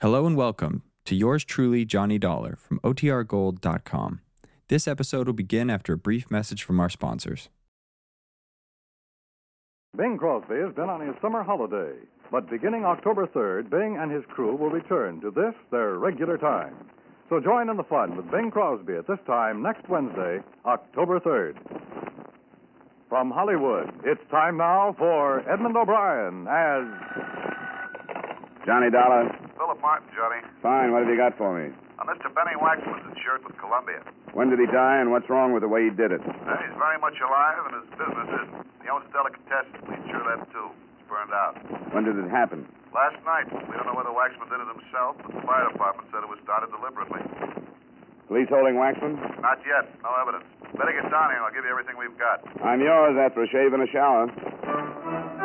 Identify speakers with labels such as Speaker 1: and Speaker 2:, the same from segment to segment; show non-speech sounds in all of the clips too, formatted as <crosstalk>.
Speaker 1: Hello and welcome to yours truly, Johnny Dollar from OTRGold.com. This episode will begin after a brief message from our sponsors.
Speaker 2: Bing Crosby has been on his summer holiday, but beginning October 3rd, Bing and his crew will return to this, their regular time. So join in the fun with Bing Crosby at this time next Wednesday, October 3rd. From Hollywood, it's time now for Edmund O'Brien as.
Speaker 3: Johnny Dollar.
Speaker 4: Philip Martin, Johnny.
Speaker 3: Fine, what have you got for me?
Speaker 4: Now, Mr. Benny Waxman's insured with Columbia.
Speaker 3: When did he die and what's wrong with the way he did it?
Speaker 4: Uh, he's very much alive, and his business isn't. He owns Delicatessen. We insure that, too. It's burned out.
Speaker 3: When did it happen?
Speaker 4: Last night, we don't know whether Waxman did it himself, but the fire department said it was started deliberately.
Speaker 3: Police holding Waxman?
Speaker 4: Not yet. No evidence. Better get down here, and I'll give you everything we've got.
Speaker 3: I'm yours after a shave and a shower.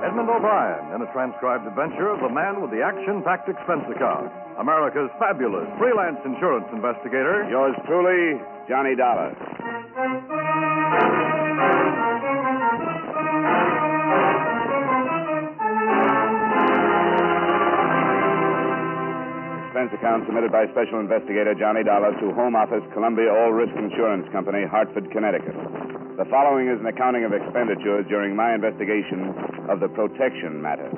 Speaker 2: Edmund O'Brien in a transcribed adventure of the man with the action packed expense account, America's fabulous freelance insurance investigator.
Speaker 3: Yours truly, Johnny Dollar. Expense account submitted by Special Investigator Johnny Dollar to Home Office, Columbia All Risk Insurance Company, Hartford, Connecticut. The following is an accounting of expenditures during my investigation of the protection matter.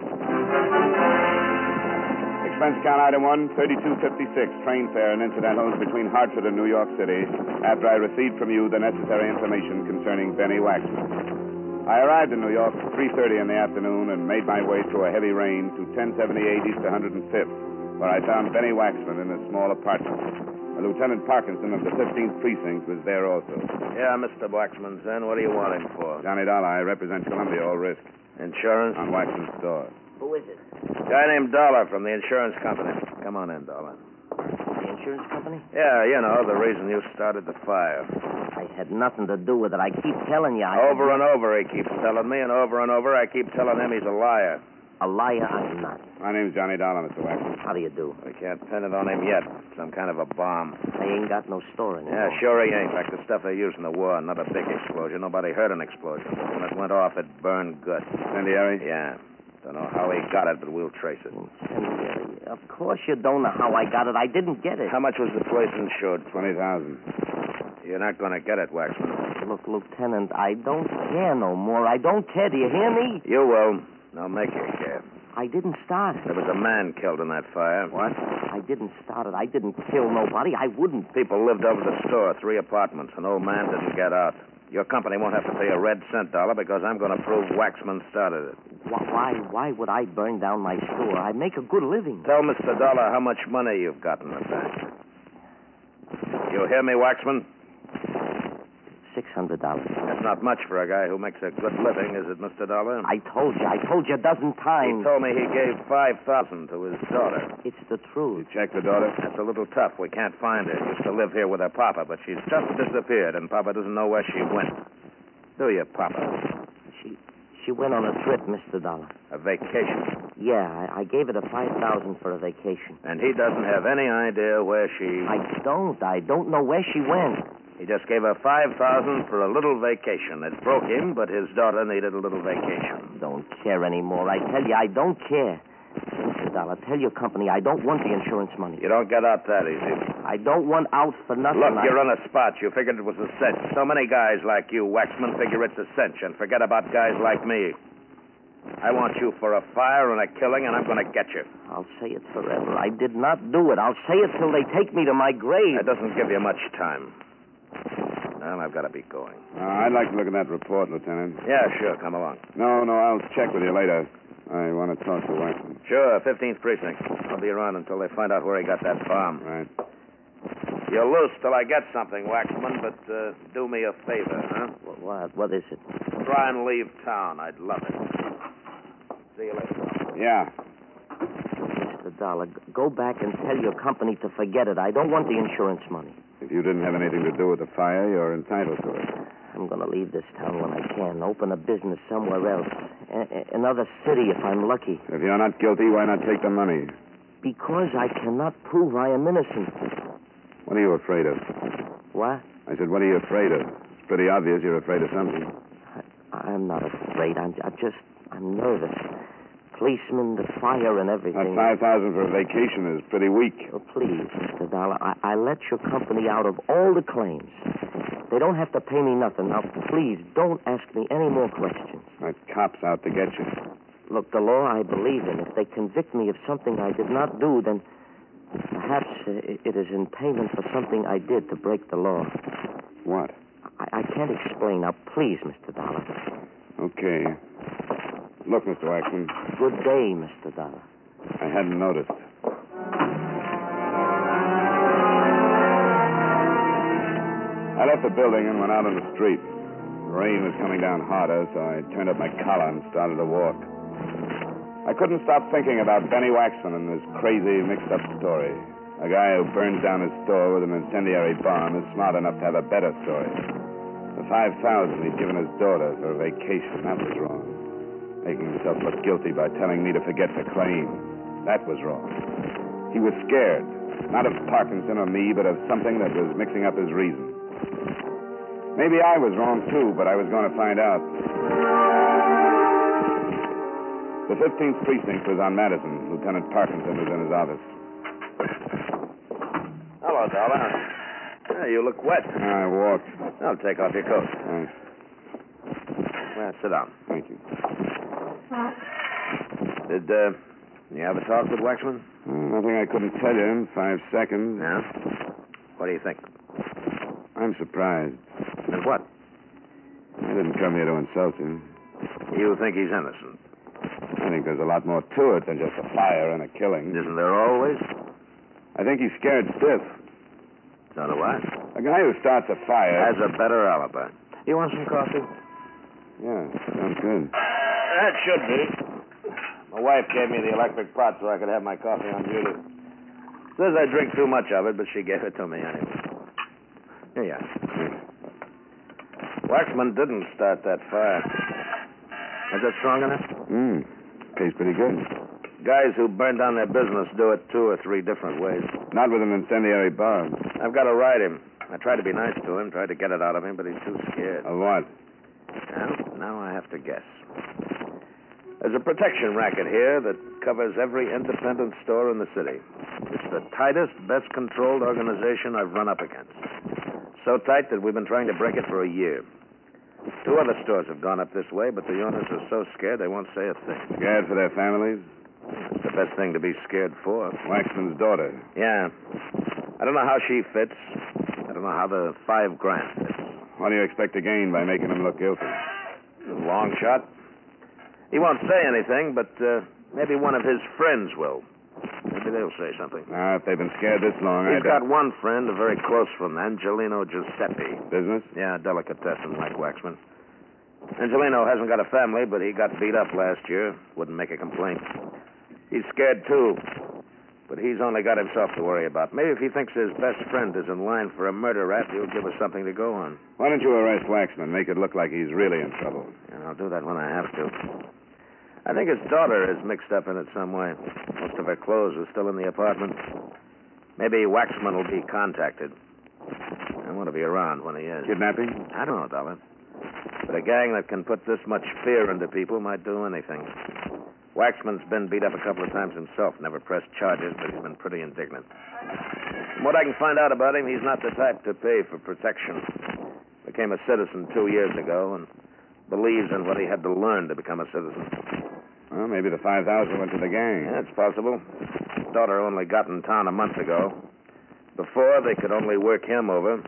Speaker 3: Expense account item one, 3256, train fare and incidentals between Hartford and New York City, after I received from you the necessary information concerning Benny Waxman. I arrived in New York at 3.30 in the afternoon and made my way through a heavy rain to 1078 East 105th, where I found Benny Waxman in a small apartment. Lieutenant Parkinson of the 15th Precinct was there also.
Speaker 5: Yeah, Mr. Waxman's in. What do you want him for?
Speaker 3: Johnny Dollar, I represent Columbia All Risk
Speaker 5: Insurance?
Speaker 3: on Waxman's store.
Speaker 6: Who is it?
Speaker 5: Guy named Dollar from the insurance company. Come on in, Dollar.
Speaker 6: The insurance company?
Speaker 5: Yeah, you know, the reason you started the fire.
Speaker 6: I had nothing to do with it. I keep telling you, I
Speaker 5: Over and over he keeps telling me, and over and over I keep telling him he's a liar.
Speaker 6: a liar. I'm not.
Speaker 3: My name's Johnny Dollar, Mr. Waxman.
Speaker 6: How do you do?
Speaker 5: We can't pin it on him yet. Some kind of a bomb.
Speaker 6: I ain't got no store in
Speaker 5: Yeah, sure he ain't. Like the stuff they used in the war. Not a big explosion. Nobody heard an explosion. When it went off, it burned good.
Speaker 3: Incendiary?
Speaker 5: Yeah. Don't know how he got it, but we'll trace it.
Speaker 6: Incendiary. Of course you don't know how I got it. I didn't get it.
Speaker 5: How much was the place insured for?
Speaker 3: 20,000.
Speaker 5: You're not going to get it, Waxman.
Speaker 6: Look, Lieutenant, I don't care no more. I don't care. Do you hear me?
Speaker 5: You will. Now make your cab.
Speaker 6: I didn't start it.
Speaker 5: There was a man killed in that fire. What?
Speaker 6: I didn't start it. I didn't kill nobody. I wouldn't.
Speaker 5: People lived over the store, three apartments. An old man didn't get out. Your company won't have to pay a red cent dollar because I'm going to prove Waxman started it.
Speaker 6: Wh- Why? Why would I burn down my store? I make a good living.
Speaker 5: Tell Mr. Dollar how much money you've got in the bank. You hear me, Waxman?
Speaker 6: Six hundred dollars.
Speaker 5: That's not much for a guy who makes a good living, is it, Mr. Dollar?
Speaker 6: I told you. I told you a dozen
Speaker 5: He
Speaker 6: times.
Speaker 5: told me he gave five thousand to his daughter.
Speaker 6: It's the truth.
Speaker 3: Check the daughter.
Speaker 5: That's a little tough. We can't find her. Used to live here with her papa, but she's just disappeared, and papa doesn't know where she went. Do you, papa?
Speaker 6: She she went on a trip, Mr. Dollar.
Speaker 5: A vacation.
Speaker 6: Yeah, I, I gave it a five thousand for a vacation.
Speaker 5: And he doesn't have any idea where she.
Speaker 6: I don't. I don't know where she went.
Speaker 5: He just gave her five thousand for a little vacation. It broke him, but his daughter needed a little vacation.
Speaker 6: Don't care anymore. I tell you, I don't care. Mr. Dollar, tell your company I don't want the insurance money.
Speaker 5: You don't get out that easy.
Speaker 6: I don't want out for nothing.
Speaker 5: Look,
Speaker 6: I-
Speaker 5: you're on a spot. You figured it was a cinch. So many guys like you, Waxman, figure it's a cinch, and forget about guys like me. I want you for a fire and a killing, and I'm going to get you.
Speaker 6: I'll say it forever. I did not do it. I'll say it till they take me to my grave.
Speaker 5: That doesn't give you much time. Well, I've got to be going.
Speaker 3: Uh, I'd like to look at that report, Lieutenant.
Speaker 5: Yeah, sure. Come along.
Speaker 3: No, no, I'll check with you later. I want to talk to Waxman.
Speaker 5: Sure, 15th Precinct. I'll be around until they find out where he got that bomb.
Speaker 3: Right.
Speaker 5: You're loose till I get something, Waxman, but uh, do me a favor, huh?
Speaker 6: Wh- What? What is it?
Speaker 5: Try and leave town. I'd love it. See you later.
Speaker 3: Yeah.
Speaker 6: Mr. Dollar, g- go back and tell your company to forget it. I don't want the insurance money.
Speaker 3: If you didn't have anything to do with the fire, you're entitled to it.
Speaker 6: I'm going to leave this town when I can. Open a business somewhere else. A- a- another city if I'm lucky.
Speaker 3: If you're not guilty, why not take the money?
Speaker 6: Because I cannot prove I am innocent.
Speaker 3: What are you afraid of?
Speaker 6: What?
Speaker 3: I said, what are you afraid of? It's pretty obvious you're afraid of something.
Speaker 6: I'm not afraid. I'm, I'm just. I'm nervous. Policemen, the fire, and
Speaker 3: That
Speaker 6: everything.
Speaker 3: 5000 for a vacation is pretty weak.
Speaker 6: Oh, please, Mr. Dollar, I, I let your company out of all the claims. They don't have to pay me nothing. Now, please, don't ask me any more questions.
Speaker 3: That cop's out to get you.
Speaker 6: Look, the law I believe in. If they convict me of something I did not do, then perhaps i- it is in payment for something I did to break the law.
Speaker 3: What?
Speaker 6: I, I can't explain. Now, please, Mr. Dollar.
Speaker 3: Okay. Look, Mr. Waxman,
Speaker 6: Good day, Mr. Dollar.
Speaker 3: I hadn't noticed. I left the building and went out on the street. The rain was coming down harder, so I turned up my collar and started to walk. I couldn't stop thinking about Benny Waxman and his crazy, mixed up story. A guy who burns down his store with an incendiary bomb is smart enough to have a better story. The 5000 he'd given his daughter for a vacation, that was wrong. Making himself look guilty by telling me to forget the claim, that was wrong. He was scared, not of Parkinson or me, but of something that was mixing up his reason. Maybe I was wrong, too, but I was going to find out. The 15th precinct was on Madison. Lieutenant Parkinson was in his office.
Speaker 5: Hello, Dollar. Yeah, you look wet.
Speaker 3: I walked.
Speaker 5: I'll take off your coat.
Speaker 3: Thanks.
Speaker 5: Well, sit down.
Speaker 3: Thank you.
Speaker 5: Did uh, you have a talk with Waxman?
Speaker 3: Well, nothing Hmm, I couldn't tell you in five seconds.
Speaker 5: Yeah. What do you think?
Speaker 3: I'm surprised.
Speaker 5: And what?
Speaker 3: I didn't come here to insult you.
Speaker 5: You think he's innocent?
Speaker 3: I think there's a lot more to it than just a fire and a killing.
Speaker 5: Isn't there always?
Speaker 3: I think he's scared stiff.
Speaker 5: So do I.
Speaker 3: A guy who starts a fire.
Speaker 5: Has a better alibi. You want some coffee?
Speaker 3: Yeah, sounds good.
Speaker 5: That should be. My wife gave me the electric pot so I could have my coffee on duty. Says I drink too much of it, but she gave it to me anyway. Here you are. Waxman didn't start that fire. Is that strong enough?
Speaker 3: Mmm. Tastes pretty good.
Speaker 5: Guys who burn down their business do it two or three different ways.
Speaker 3: Not with an incendiary bomb.
Speaker 5: I've got to ride him. I tried to be nice to him, tried to get it out of him, but he's too scared.
Speaker 3: A what?
Speaker 5: Well, now I have to guess. There's a protection racket here that covers every independent store in the city. It's the tightest, best controlled organization I've run up against. So tight that we've been trying to break it for a year. Two other stores have gone up this way, but the owners are so scared they won't say a thing.
Speaker 3: Scared for their families?
Speaker 5: It's the best thing to be scared for.
Speaker 3: Waxman's daughter.
Speaker 5: Yeah. I don't know how she fits. I don't know how the five grand fits.
Speaker 3: What do you expect to gain by making him look guilty?
Speaker 5: Long shot. He won't say anything, but uh, maybe one of his friends will. Maybe they'll say something.
Speaker 3: Now, if they've been scared this long, I
Speaker 5: He's got
Speaker 3: doubt-
Speaker 5: one friend, a very close one, Angelino Giuseppe.
Speaker 3: business.
Speaker 5: Yeah, delicatessen like Waxman. Angelino hasn't got a family, but he got beat up last year. Wouldn't make a complaint. He's scared, too. But he's only got himself to worry about. Maybe if he thinks his best friend is in line for a murder rap, he'll give us something to go on.
Speaker 3: Why don't you arrest Waxman? Make it look like he's really in trouble.
Speaker 5: And I'll do that when I have to. I think his daughter is mixed up in it some way. Most of her clothes are still in the apartment. Maybe Waxman will be contacted. I want to be around when he is.
Speaker 3: Kidnapping?
Speaker 5: I don't know, Dollar. But a gang that can put this much fear into people might do anything. Waxman's been beat up a couple of times himself, never pressed charges, but he's been pretty indignant. From what I can find out about him, he's not the type to pay for protection. Became a citizen two years ago and believes in what he had to learn to become a citizen.
Speaker 3: Well, maybe the 5000 went to the gang.
Speaker 5: Yeah, it's possible. His daughter only got in town a month ago. Before, they could only work him over.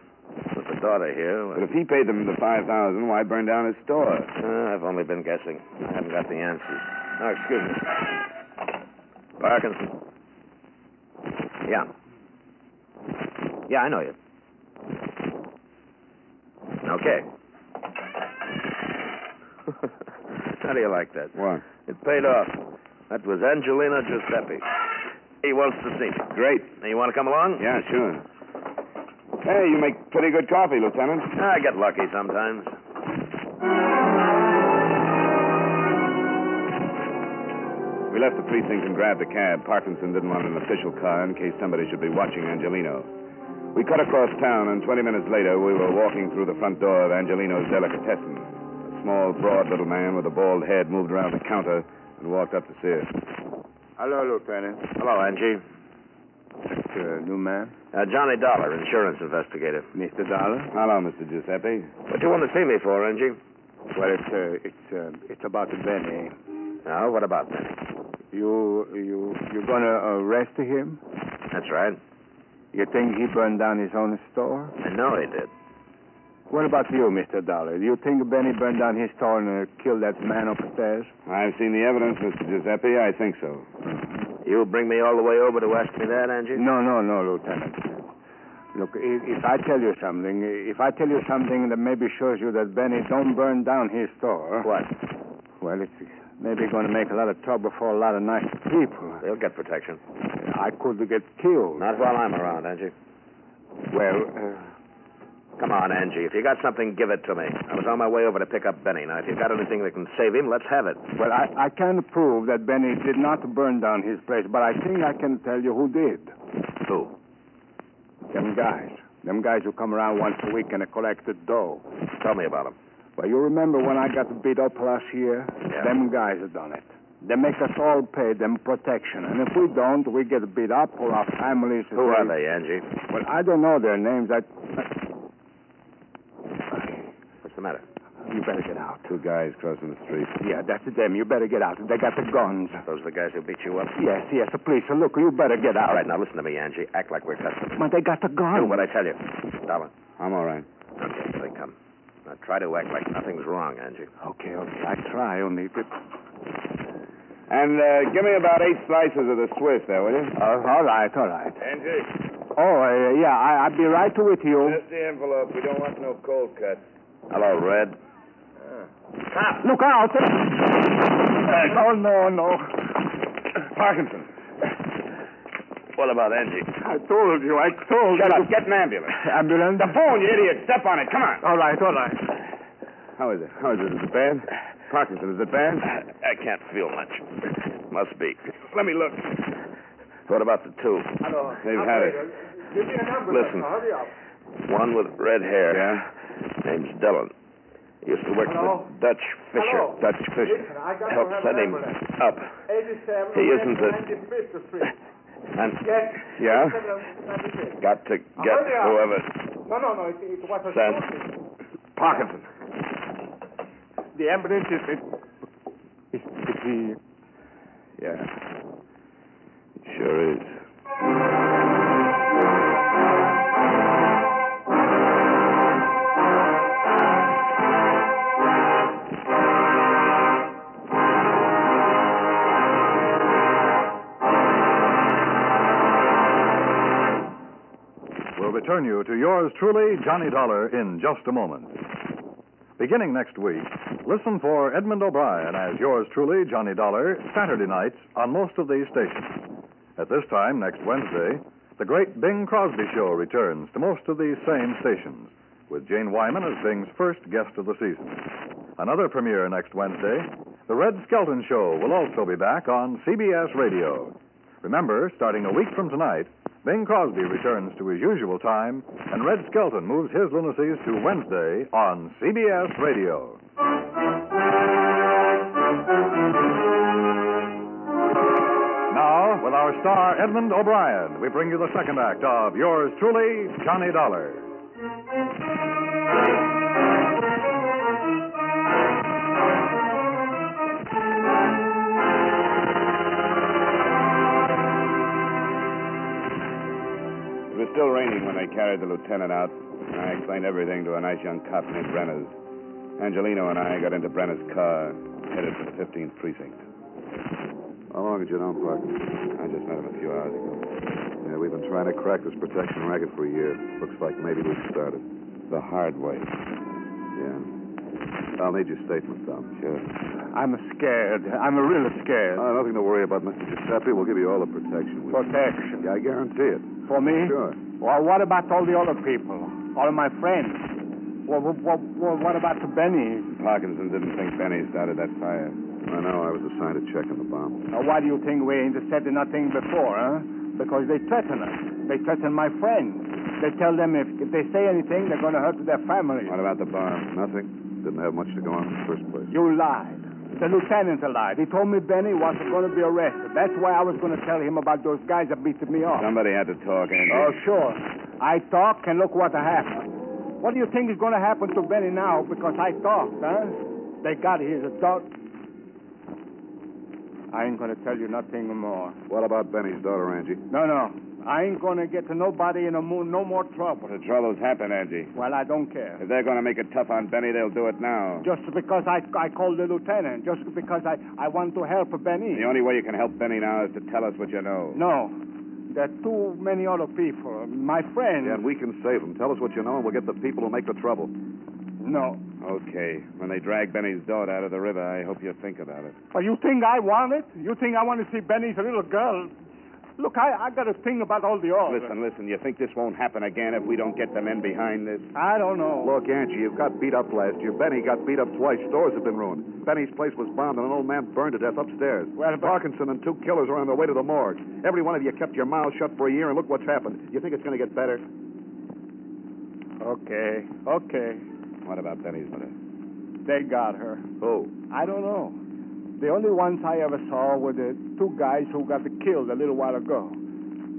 Speaker 5: With the daughter here. well-
Speaker 3: But if he paid them the 5000 why burn down his store?
Speaker 5: Uh, I've only been guessing. I haven't got the answers. Oh, excuse me. Parkinson. Yeah. Yeah, I know you. Okay. <laughs> How do you like that?
Speaker 3: What?
Speaker 5: It paid off. That was Angelina Giuseppe. He wants to see me.
Speaker 3: Great.
Speaker 5: Now, You want to come along?
Speaker 3: Yeah, sure. Hey, you make pretty good coffee, Lieutenant.
Speaker 5: I get lucky sometimes.
Speaker 3: We left the precinct and grabbed a cab. Parkinson didn't want an official car in case somebody should be watching Angelino. We cut across town, and 20 minutes later, we were walking through the front door of Angelino's Delicatessen, a small, broad little man with a bald head moved around the counter and walked up to see us. Hello, Lieutenant.
Speaker 5: Hello, Angie.
Speaker 3: Uh, new man?
Speaker 5: Uh, Johnny Dollar, insurance investigator.
Speaker 3: Mr. Dollar? Hello, Mr. Giuseppe.
Speaker 5: What do you want to see me for, Angie?
Speaker 3: Well, it's, uh, it's, uh, it's about Benny.
Speaker 5: Now, what about Benny?
Speaker 3: You, you, you're gonna arrest him?
Speaker 5: That's right.
Speaker 3: You think he burned down his own store?
Speaker 5: I know he did.
Speaker 3: What about you, Mr. Dollar? Do you think Benny burned down his store and uh, killed that man upstairs? I've seen the evidence, Mr. Giuseppe. I think so.
Speaker 5: You bring me all the way over to ask me that, Angie?
Speaker 3: No, no, no, Lieutenant. Look, if, if I tell you something, if I tell you something that maybe shows you that Benny don't burn down his store.
Speaker 5: What?
Speaker 3: Well, it's maybe going to make a lot of trouble for a lot of nice people.
Speaker 5: They'll get protection.
Speaker 3: I could get killed.
Speaker 5: Not while I'm around, Angie.
Speaker 3: Well, uh,
Speaker 5: Come on, Angie. If you got something, give it to me. I was on my way over to pick up Benny. Now, if you've got anything that can save him, let's have it.
Speaker 3: well, I, I can't prove that Benny did not burn down his place, but I think I can tell you who did.
Speaker 5: Who?
Speaker 3: Them guys. Them guys who come around once a week and collect the dough.
Speaker 5: Tell me about him.
Speaker 3: Well, you remember when I got beat up last year?
Speaker 5: Yeah.
Speaker 3: Them guys have done it. They make us all pay them protection, and if we don't, we get beat up or our families.
Speaker 5: Who are they, Angie?
Speaker 3: Well, I don't know their names. I.
Speaker 5: What's the matter?
Speaker 3: You better get out.
Speaker 5: Two guys crossing the street.
Speaker 3: Yeah, that's them. You better get out. They got the guns.
Speaker 5: Those are the guys who beat you up?
Speaker 3: Yes, yes, please. Look, you better get out.
Speaker 5: All right, now listen to me, Angie. Act like we're customers.
Speaker 3: But they got the
Speaker 5: Do
Speaker 3: guns.
Speaker 5: what I tell you. Dollar.
Speaker 3: I'm all right.
Speaker 5: Okay, here they come. Now try to act like nothing's wrong, Angie.
Speaker 3: Okay, okay. I try only.
Speaker 7: And uh, give me about eight slices of the Swiss there, will you?
Speaker 3: Uh, all right, all right.
Speaker 7: Angie,
Speaker 3: Oh, uh, yeah, I, I'll be right with you.
Speaker 7: the envelope. We don't want no cold cuts.
Speaker 5: Hello, Red.
Speaker 3: Look out! Oh, no, no.
Speaker 7: Parkinson.
Speaker 5: What about Angie?
Speaker 3: I told you, I told
Speaker 7: Shut
Speaker 3: you.
Speaker 7: up. Get an ambulance.
Speaker 3: <laughs> Ambulance?
Speaker 7: The phone, you idiot. Step on it. Come on.
Speaker 3: All right, all right.
Speaker 7: How is it? How is it? Is it bad? Parkinson, is it bad?
Speaker 5: I can't feel much. Must be.
Speaker 7: Let me look.
Speaker 5: What about the two?
Speaker 7: They've had it.
Speaker 2: Give me an ambulance.
Speaker 5: Listen,
Speaker 2: Hurry up.
Speaker 5: one with red hair. Yeah? Name's Dillon. Used to work
Speaker 2: Hello?
Speaker 5: for the Dutch Fisher.
Speaker 2: Hello?
Speaker 5: Dutch Fisher.
Speaker 2: Listen, I got
Speaker 5: Help
Speaker 2: to have
Speaker 5: send
Speaker 2: an
Speaker 5: him
Speaker 2: ambulance.
Speaker 5: up.
Speaker 2: 87
Speaker 5: He isn't the-
Speaker 2: 95th Street.
Speaker 5: And
Speaker 2: Yes.
Speaker 7: Yeah?
Speaker 2: 97, 95th.
Speaker 5: got to get
Speaker 2: hurry up.
Speaker 5: whoever.
Speaker 2: No, no, no. It, it was a
Speaker 5: Sam.
Speaker 2: shooting.
Speaker 7: Parkinson.
Speaker 3: The ambulance is. Is, is he.
Speaker 7: Yeah. Sure is.
Speaker 2: We'll return you to yours truly, Johnny Dollar, in just a moment. Beginning next week, listen for Edmund O'Brien as yours truly, Johnny Dollar, Saturday nights on most of these stations. At this time next Wednesday, the great Bing Crosby Show returns to most of these same stations, with Jane Wyman as Bing's first guest of the season. Another premiere next Wednesday, The Red Skelton Show will also be back on CBS Radio. Remember, starting a week from tonight, Bing Crosby returns to his usual time, and Red Skelton moves his lunacies to Wednesday on CBS Radio. Now, with our star Edmund O'Brien, we bring you the second act of yours truly, Johnny Dollar.
Speaker 7: It was still raining when they carried the lieutenant out. and I explained everything to a nice young cop named Brenner's. Angelino and I got into Brenner's car, headed for the 15th precinct.
Speaker 8: How long had you known Parker?
Speaker 7: I just met him a few hours ago.
Speaker 8: Yeah, we've been trying to crack this protection racket for a year. Looks like maybe we've started.
Speaker 7: The hard way.
Speaker 8: Yeah. I'll need your statement, Tom.
Speaker 7: Sure.
Speaker 3: I'm scared. I'm real scared.
Speaker 8: Uh, nothing to worry about, Mr. Giuseppe. We'll give you all the protection. we-
Speaker 3: Protection.
Speaker 8: Yeah, I guarantee it.
Speaker 3: For me?
Speaker 8: Sure.
Speaker 3: Well, what about all the other people? All my friends? Well, what, what, what about the Benny?
Speaker 7: Parkinson didn't think Benny started that fire.
Speaker 8: I know. I was assigned to check on the bomb.
Speaker 3: Now, why do you think we ain't said nothing before, huh? Because they threaten us. They threaten my friends. They tell them if, if they say anything, they're going to hurt their families.
Speaker 7: What about the bomb?
Speaker 8: Nothing.
Speaker 5: Didn't have much to go on in the first place.
Speaker 2: You lied. The lieutenant lied. He told me Benny wasn't going to be arrested. That's why I was going to tell him about those guys that beat me up.
Speaker 3: Somebody had to talk, Andy.
Speaker 2: Oh, sure. I talked, and look what happened. What do you think is going to happen to Benny now because I talked, huh? They got his adult. I ain't going to tell you nothing more.
Speaker 5: What about Benny's daughter, Angie?
Speaker 2: No, no. I ain't going to get to nobody in a moon, no more trouble.
Speaker 3: The trouble's happened, Angie.
Speaker 2: Well, I don't care.
Speaker 3: If they're going to make it tough on Benny, they'll do it now.
Speaker 2: Just because I, I called the lieutenant, just because I, I want to help Benny.
Speaker 3: The only way you can help Benny now is to tell us what you know.
Speaker 2: No. There are too many other people. My friends.
Speaker 5: Yeah, and we can save them. Tell us what you know, and we'll get the people who make the trouble.
Speaker 2: No.
Speaker 3: Okay. When they drag Benny's daughter out of the river, I hope you think about it.
Speaker 2: Well, you think I want it? You think I want to see Benny's little girl? Look, I, I got a thing about all the orders.
Speaker 3: Listen, listen. You think this won't happen again if we don't get the men behind this?
Speaker 2: I don't know.
Speaker 5: Look, Angie, you got beat up last year. Benny got beat up twice. Stores have been ruined. Benny's place was bombed, and an old man burned to death upstairs.
Speaker 2: Well, but-
Speaker 5: Parkinson and two killers are on their way to the morgue. Every one of you kept your mouth shut for a year, and look what's happened. You think it's going to get better?
Speaker 2: Okay, okay.
Speaker 3: What about Benny's mother?
Speaker 2: They got her.
Speaker 3: Oh,
Speaker 5: Who?
Speaker 2: I don't know. The only ones I ever saw were the two guys who got killed a little while ago.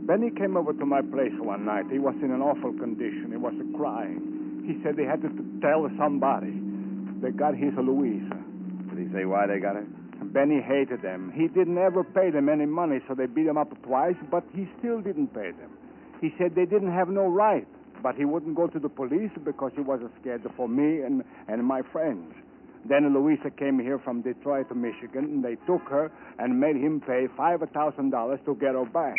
Speaker 2: Benny came over to my place one night. He was in an awful condition. He was crying. He said he had to tell somebody. They got his Louisa.
Speaker 3: Did he say why they got her?
Speaker 2: Benny hated them. He didn't ever pay them any money, so they beat him up twice, but he still didn't pay them. He said they didn't have no right, but he wouldn't go to the police because he was scared for me and, and my friends. Then Louisa came here from Detroit to Michigan, and they took her and made him pay $5,000 to get her back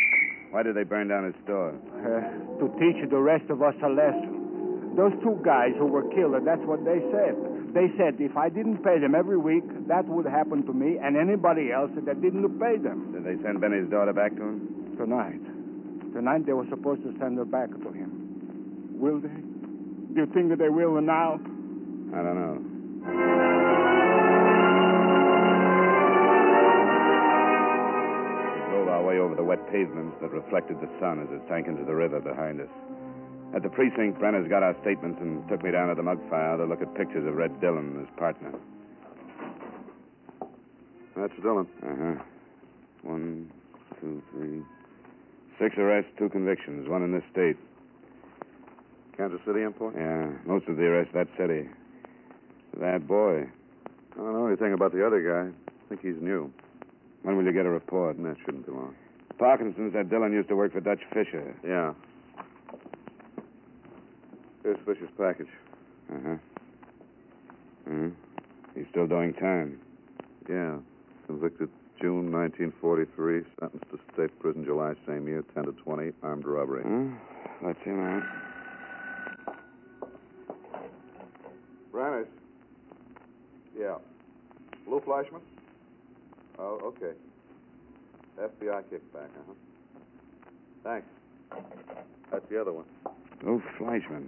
Speaker 3: Why did they burn down his store?
Speaker 2: uh, to teach the rest of us a lesson. Those two guys who were killed, that's what they said. They said if I didn't pay them every week, that would happen to me and anybody else that didn't pay them.
Speaker 3: Did they send Benny's daughter back to him?
Speaker 2: Tonight. Tonight they were supposed to send her back to him. Will they? Do you think that they will now?
Speaker 3: I don't know. We drove our way over the wet pavements that reflected the sun as it sank into the river behind us. At the precinct, Brenner's got our statements and took me down to the mug file to look at pictures of Red Dillon, his partner.
Speaker 5: That's Dillon.
Speaker 3: Uh huh. One, two, three. Six arrests, two convictions, one in this state.
Speaker 5: Kansas City import?
Speaker 3: Yeah, most of the arrests that city. That boy.
Speaker 5: I don't know anything about the other guy. I think he's new.
Speaker 3: When will you get a report?
Speaker 5: And that shouldn't be long.
Speaker 3: Parkinson said Dillon used to work for Dutch Fisher.
Speaker 5: Yeah. Here's Fisher's package.
Speaker 3: Uh huh. hmm He's still doing time.
Speaker 5: Yeah. Convicted June 1943. Sentenced to state prison July same year. 10 to 20. Armed robbery.
Speaker 3: Hmm? Let's him out.
Speaker 5: Branners. Yeah. Lou Fleischman? Oh, okay. FBI kickback,
Speaker 3: uh-huh.
Speaker 5: huh? Thanks. That's the other one.
Speaker 3: Lou Fleischman.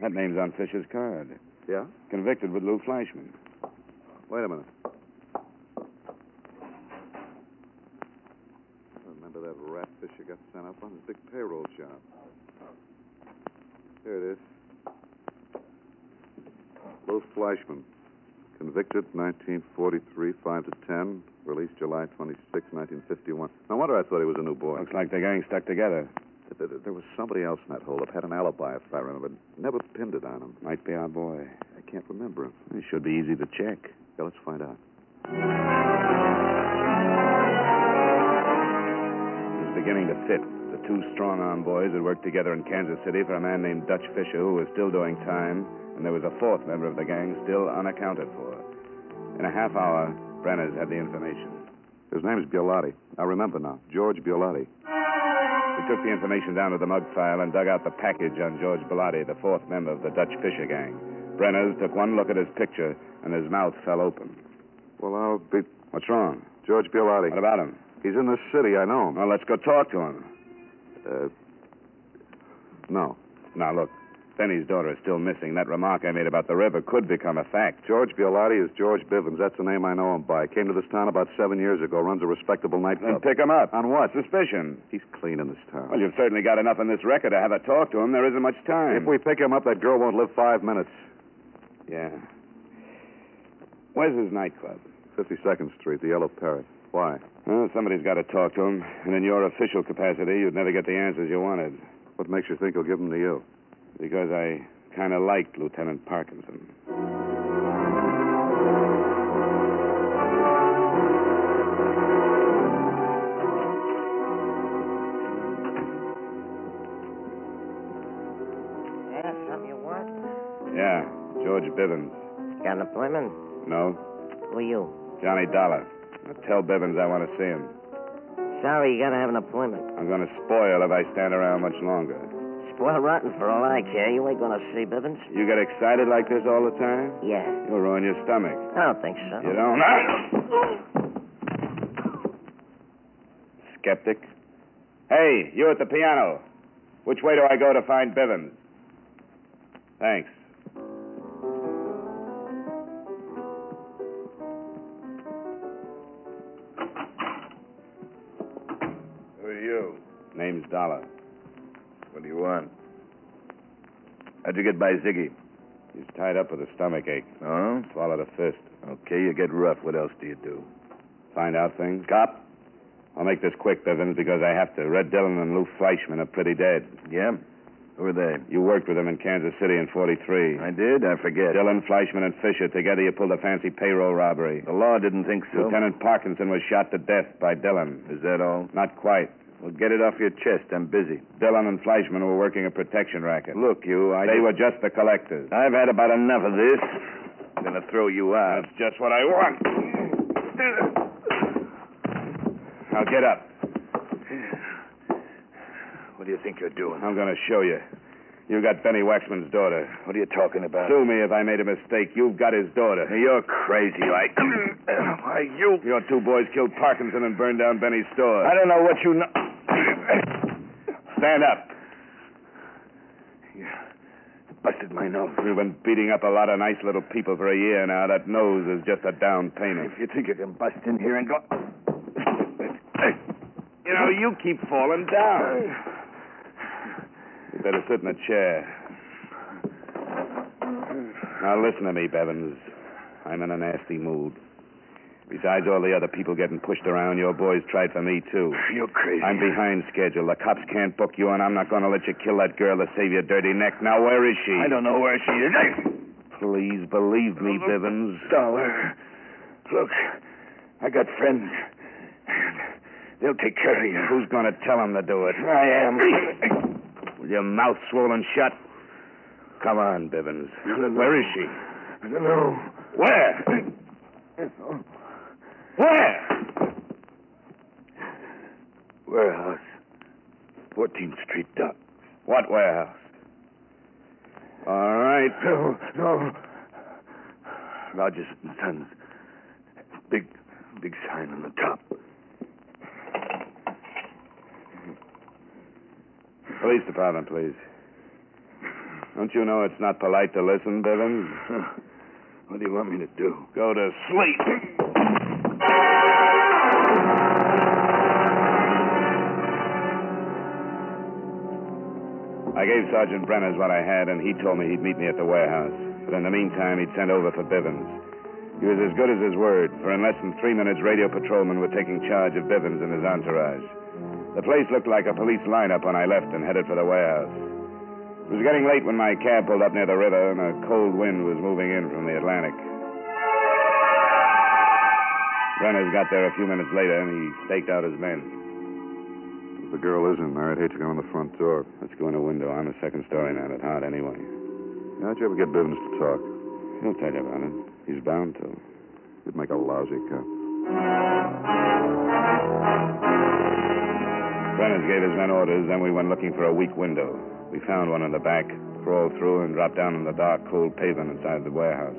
Speaker 3: That name's on Fisher's card.
Speaker 5: Yeah?
Speaker 3: Convicted with Lou Fleischman.
Speaker 5: Wait a minute. Remember that rat Fisher got sent up on his big payroll job? Here it is. Lou Fleischman, convicted 1943, 5 to 10, released July 26, 1951. No wonder I thought he was a new boy.
Speaker 3: Looks like the gang stuck together.
Speaker 5: Th- th- There was somebody else in that holdup, had an alibi, if I remember. Never pinned it on him.
Speaker 3: Might be our boy.
Speaker 5: I can't remember him.
Speaker 3: It should be easy to check.
Speaker 5: Yeah, let's find out.
Speaker 3: It was beginning to fit. The two strong arm boys had worked together in Kansas City for a man named Dutch Fisher who was still doing time, and there was a fourth member of the gang still unaccounted for. In a half hour, Brenner's had the information.
Speaker 5: His name's Biolotti. I remember now. George Biolotti.
Speaker 3: We took the information down to the mug file and dug out the package on George Bellotti, the fourth member of the Dutch Fisher gang. Brenner's took one look at his picture, and his mouth fell open.
Speaker 5: Well, I'll be.
Speaker 3: What's wrong?
Speaker 5: George Biolotti.
Speaker 3: What about him?
Speaker 5: He's in this city, I know him.
Speaker 3: Well, let's go talk to him.
Speaker 5: Uh, no.
Speaker 3: Now, look, Benny's daughter is still missing. That remark I made about the river could become a fact.
Speaker 5: George Biolotti is George Bivens. That's the name I know him by. Came to this town about seven years ago, runs a respectable
Speaker 3: Then
Speaker 5: nightclub.
Speaker 3: pick him up.
Speaker 5: On what?
Speaker 3: Suspicion.
Speaker 5: He's clean in this town.
Speaker 3: Well, you've certainly got enough in this record to have a talk to him. There isn't much time.
Speaker 5: if we pick him up, that girl won't live five minutes.
Speaker 3: Yeah. Where's his nightclub?
Speaker 8: 52nd Street, the Yellow Parrot. Why?
Speaker 3: Well, somebody's got to talk to him. And in your official capacity, you'd never get the answers you wanted.
Speaker 8: What makes you think he'll give them to you?
Speaker 3: Because I kind of liked Lieutenant Parkinson.
Speaker 6: Yeah, something you want?
Speaker 3: Yeah, George Bivens.
Speaker 6: Got an appointment?
Speaker 3: No?
Speaker 6: Who are you?
Speaker 3: Johnny Dollar. Tell Bivens I want to see him.
Speaker 6: Sorry, you gotta have an appointment.
Speaker 3: I'm going to spoil if I stand around much longer.
Speaker 6: Spoil rotten for all I care. You ain't gonna see Bivens.
Speaker 3: You get excited like this all the time?
Speaker 6: Yeah.
Speaker 3: You'll ruin your stomach.
Speaker 6: I don't think so.
Speaker 3: You don't? Skeptic? Hey, you at the piano. Which way do I go to find Bivens? Thanks.
Speaker 4: Who are you?
Speaker 3: Name's Dollar.
Speaker 4: What do you want? How'd you get by Ziggy?
Speaker 3: He's tied up with a stomach ache.
Speaker 4: Oh?
Speaker 3: Swallowed a fist.
Speaker 4: Okay, you get rough. What else do you do?
Speaker 3: Find out things?
Speaker 4: Cop?
Speaker 3: I'll make this quick, Bivens, because I have to. Red Dillon and Lou Fleischman are pretty dead.
Speaker 4: Yeah? Who are they?
Speaker 3: You worked with them in Kansas City in 43.
Speaker 4: I did? I forget.
Speaker 3: Dillon, Fleischman, and Fisher, together you pulled a fancy payroll robbery.
Speaker 4: The law didn't think so.
Speaker 3: Lieutenant Parkinson was shot to death by Dillon.
Speaker 4: Is that all?
Speaker 3: Not quite.
Speaker 4: Well, get it off your chest. I'm busy.
Speaker 3: Dillon and Fleischman were working a protection racket.
Speaker 4: Look, you, I.
Speaker 3: they were just the collectors.
Speaker 4: I've had about enough of this. I'm going to throw you out.
Speaker 3: That's just what I want. Now get up.
Speaker 4: What do you think you're doing?
Speaker 3: I'm going to show you. You got Benny Waxman's daughter.
Speaker 4: What are you talking about?
Speaker 3: Sue me if I made a mistake. You've got his daughter.
Speaker 4: You're crazy. Like, <clears throat> why, you.
Speaker 3: Your two boys killed Parkinson and burned down Benny's store.
Speaker 4: I don't know what you know.
Speaker 3: <clears throat> Stand up.
Speaker 4: You busted my nose.
Speaker 3: You've been beating up a lot of nice little people for a year now. That nose is just a down payment.
Speaker 4: If you think you can bust in here and go. You know, you keep falling down.
Speaker 3: You better sit in a chair. Now listen to me, Bevins. I'm in a nasty mood. Besides all the other people getting pushed around, your boys tried for me, too.
Speaker 4: <sighs> You're crazy.
Speaker 3: I'm behind schedule. The cops can't book you, and I'm not going to let you kill that girl to save your dirty neck. Now, where is she?
Speaker 4: I don't know where she is.
Speaker 3: Please believe me, Bivens.
Speaker 4: Dollar. uh, Look, I got friends. They'll take care of you.
Speaker 3: Who's going to tell him to do it?
Speaker 4: I am.
Speaker 3: <clears throat> With your mouth swollen shut? Come on, Bivens. Where is she?
Speaker 4: I don't know.
Speaker 3: Where? Where?
Speaker 4: Warehouse. 14th Street Dock.
Speaker 3: What warehouse? All right.
Speaker 4: No, no. Rogers and Sons. Big, big sign on the top.
Speaker 3: Police department, please. Don't you know it's not polite to listen, Bivens?
Speaker 4: <laughs> What do you want me to do?
Speaker 3: Go to sleep. I gave Sergeant Brenners what I had, and he told me he'd meet me at the warehouse. But in the meantime, he'd send over for Bivens. He was as good as his word, for in less than three minutes, radio patrolmen were taking charge of Bivens and his entourage. The place looked like a police lineup when I left and headed for the warehouse. It was getting late when my cab pulled up near the river, and a cold wind was moving in from the Atlantic. Brenners got there a few minutes later, and he staked out his men.
Speaker 8: If the girl isn't there, I'd hate to go in the front door.
Speaker 3: Let's go in a window. I'm a second story man at heart, anyway.
Speaker 8: How'd you ever get Bivens to talk?
Speaker 3: He'll tell you about it. He's bound to.
Speaker 8: You'd make a lousy cop.
Speaker 3: Brenners gave his men orders, then we went looking for a weak window. We found one in the back, crawled through, and dropped down on the dark, cold pavement inside the warehouse.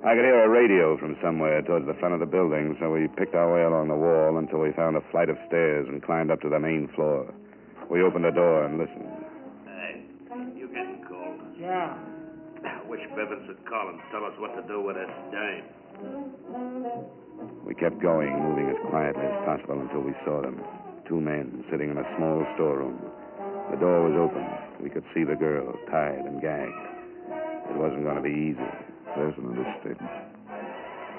Speaker 3: I could hear a radio from somewhere towards the front of the building, so we picked our way along the wall until we found a flight of stairs and climbed up to the main floor. We opened a door and listened.
Speaker 9: Hey, you getting cold.
Speaker 7: Yeah.
Speaker 9: I wish Bevins would call and tell us what to do with this dame.
Speaker 3: We kept going, moving as quietly as possible until we saw them. Two men sitting in a small storeroom. The door was open. We could see the girl, tied and gagged. It wasn't going to be easy.
Speaker 8: There's an understatement.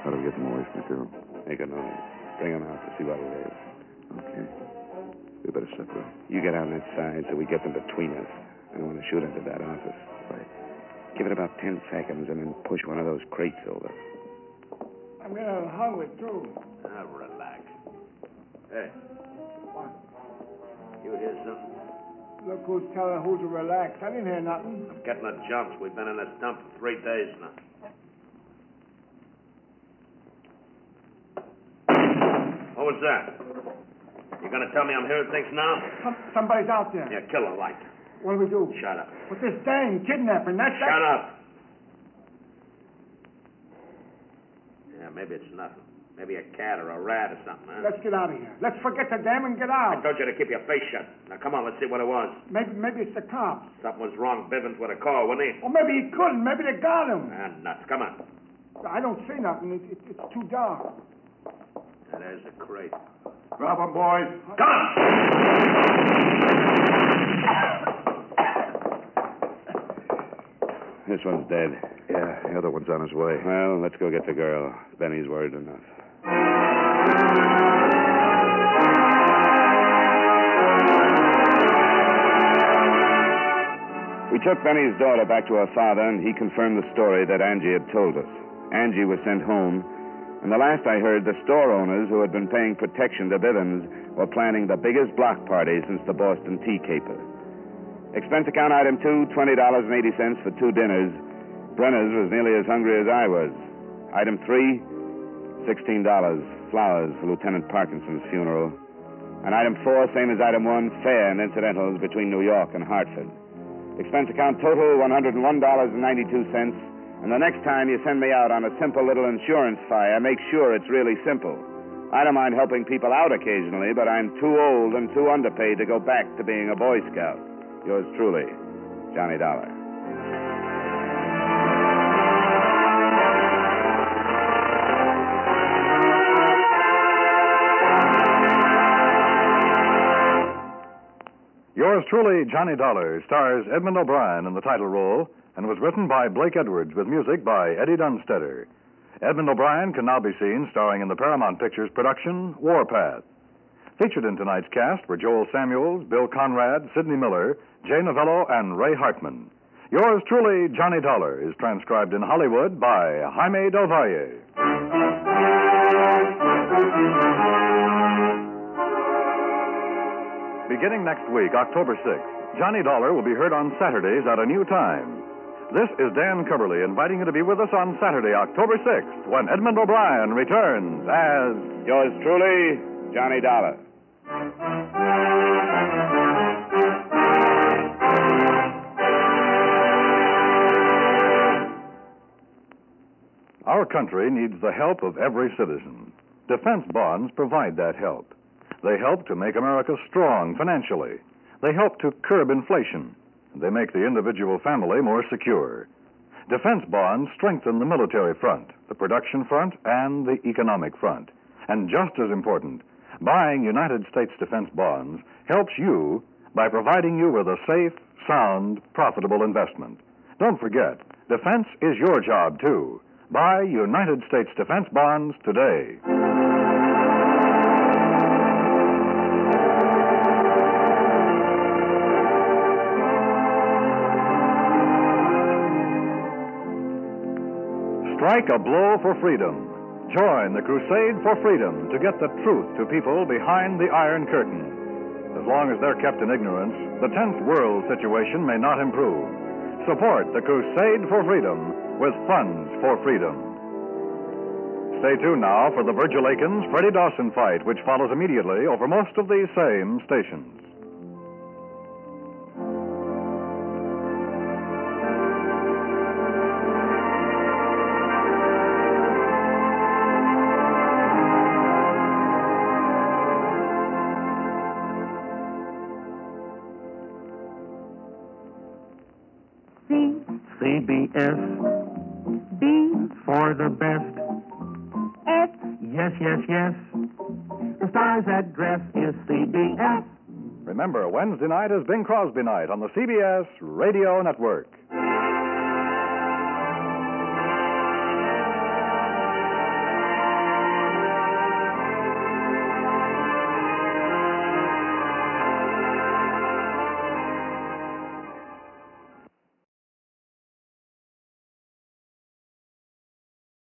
Speaker 3: How do we get them away from the girl?
Speaker 5: Make a noise. Bring them out to see what it is.
Speaker 3: Okay. We better separate.
Speaker 5: You get out on that side so we get them between us. I don't want to shoot into that office.
Speaker 3: Right.
Speaker 5: Give it about ten seconds and then push one of those crates over.
Speaker 7: I'm getting hungry, too.
Speaker 9: Ah,
Speaker 10: Now, relax. Hey. You hear something?
Speaker 7: Look who's telling who to relax. I didn't hear nothing.
Speaker 10: I've got no jumps. We've been in this dump for three days now. What was that? You gonna tell me I'm hearing things now?
Speaker 7: Some, somebody's out there.
Speaker 10: Yeah, kill a light.
Speaker 7: What do we do?
Speaker 10: Shut up.
Speaker 7: With this dang kidnapping, that's
Speaker 10: Shut up. Yeah, maybe it's nothing. Maybe a cat or a rat or something, huh?
Speaker 7: Let's get out of here. Let's forget the dam and get
Speaker 10: I
Speaker 7: out.
Speaker 10: told you to keep your face shut. Now come on, let's see what it was.
Speaker 7: Maybe, maybe it's the cops.
Speaker 10: Something was wrong. Bivens would have called, wouldn't he?
Speaker 7: Or maybe he couldn't. Maybe they got him.
Speaker 10: Ah, nuts. Come on.
Speaker 7: I don't see nothing. It, it- it's too dark.
Speaker 10: Now, there's the crate.
Speaker 2: Drop 'em, boys.
Speaker 5: This one's dead.
Speaker 3: Yeah, the other one's on his way.
Speaker 5: Well, let's go get the girl. Benny's worried enough. We took Benny's daughter back to her father, and he confirmed the story that Angie had told us. Angie was sent home, and the last I heard, the store owners who had been paying protection to Bivens were planning the biggest block party since the Boston tea caper. Expense account item two, $20.80 for two dinners. Brenner's was nearly as hungry as I was. Item three, $16. Flowers for Lieutenant Parkinson's funeral. And item four, same as item one, fare and incidentals between New York and Hartford. Expense account total, $101.92. And the next time you send me out on a simple little insurance fire, make sure it's really simple. I don't mind helping people out occasionally, but I'm too old and too underpaid to go back to being a Boy Scout. Yours truly, Johnny Dollar.
Speaker 2: Yours truly, Johnny Dollar, stars Edmund O'Brien in the title role and was written by Blake Edwards with music by Eddie Dunstetter. Edmund O'Brien can now be seen starring in the Paramount Pictures production Warpath. Featured in tonight's cast were Joel Samuels, Bill Conrad, Sidney Miller, Jay Novello, and Ray Hartman. Yours truly, Johnny Dollar, is transcribed in Hollywood by Jaime Del Valle. Beginning next week, October 6th, Johnny Dollar will be heard on Saturdays at a new time. This is Dan Cumberly inviting you to be with us on Saturday, October 6th, when Edmund O'Brien returns as.
Speaker 5: Yours truly, Johnny Dollar.
Speaker 2: Our country needs the help of every citizen. Defense bonds provide that help. They help to make America strong financially. They help to curb inflation. They make the individual family more secure. Defense bonds strengthen the military front, the production front, and the economic front. And just as important, buying United States defense bonds helps you by providing you with a safe, sound, profitable investment. Don't forget, defense is your job, too. Buy United States defense bonds today. Strike a blow for freedom. Join the crusade for freedom to get the truth to people behind the Iron Curtain. As long as they're kept in ignorance, the tense world situation may not improve. Support the crusade for freedom with funds for freedom. Stay tuned now for the Virgil Akins Freddie Dawson fight, which follows immediately over most of these same stations.
Speaker 11: C
Speaker 12: CBS
Speaker 11: B
Speaker 12: for the best.
Speaker 11: F
Speaker 12: Yes, yes, yes. The star's address is CBS.
Speaker 2: Remember, Wednesday night is Bing Crosby night on the CBS Radio Network.